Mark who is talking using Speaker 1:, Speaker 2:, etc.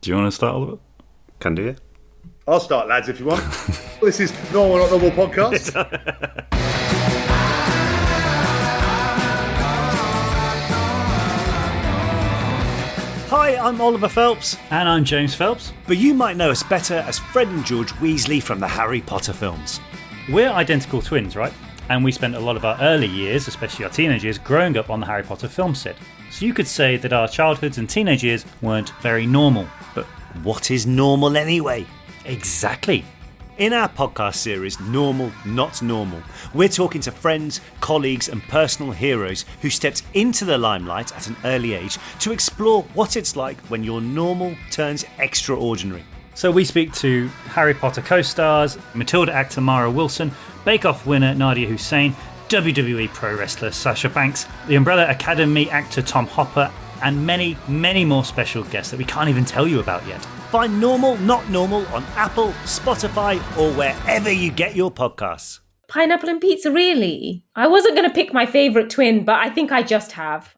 Speaker 1: Do you want to start, Oliver?
Speaker 2: Can do you?
Speaker 3: I'll start, lads, if you want. this is Normal Not Normal podcast.
Speaker 4: Hi, I'm Oliver Phelps,
Speaker 1: And I'm James Phelps.
Speaker 4: but you might know us better as Fred and George Weasley from the Harry Potter films.
Speaker 1: We're identical twins, right? And we spent a lot of our early years, especially our teenage years, growing up on the Harry Potter film set. So you could say that our childhoods and teenage years weren't very normal.
Speaker 4: But what is normal anyway?
Speaker 1: Exactly.
Speaker 4: In our podcast series, Normal Not Normal, we're talking to friends, colleagues, and personal heroes who stepped into the limelight at an early age to explore what it's like when your normal turns extraordinary.
Speaker 1: So we speak to Harry Potter co stars, Matilda actor Mara Wilson, Bake Off winner Nadia Hussein, WWE pro wrestler Sasha Banks, the Umbrella Academy actor Tom Hopper, and many, many more special guests that we can't even tell you about yet.
Speaker 4: Find Normal Not Normal on Apple, Spotify, or wherever you get your podcasts.
Speaker 5: Pineapple and pizza, really? I wasn't going to pick my favorite twin, but I think I just have.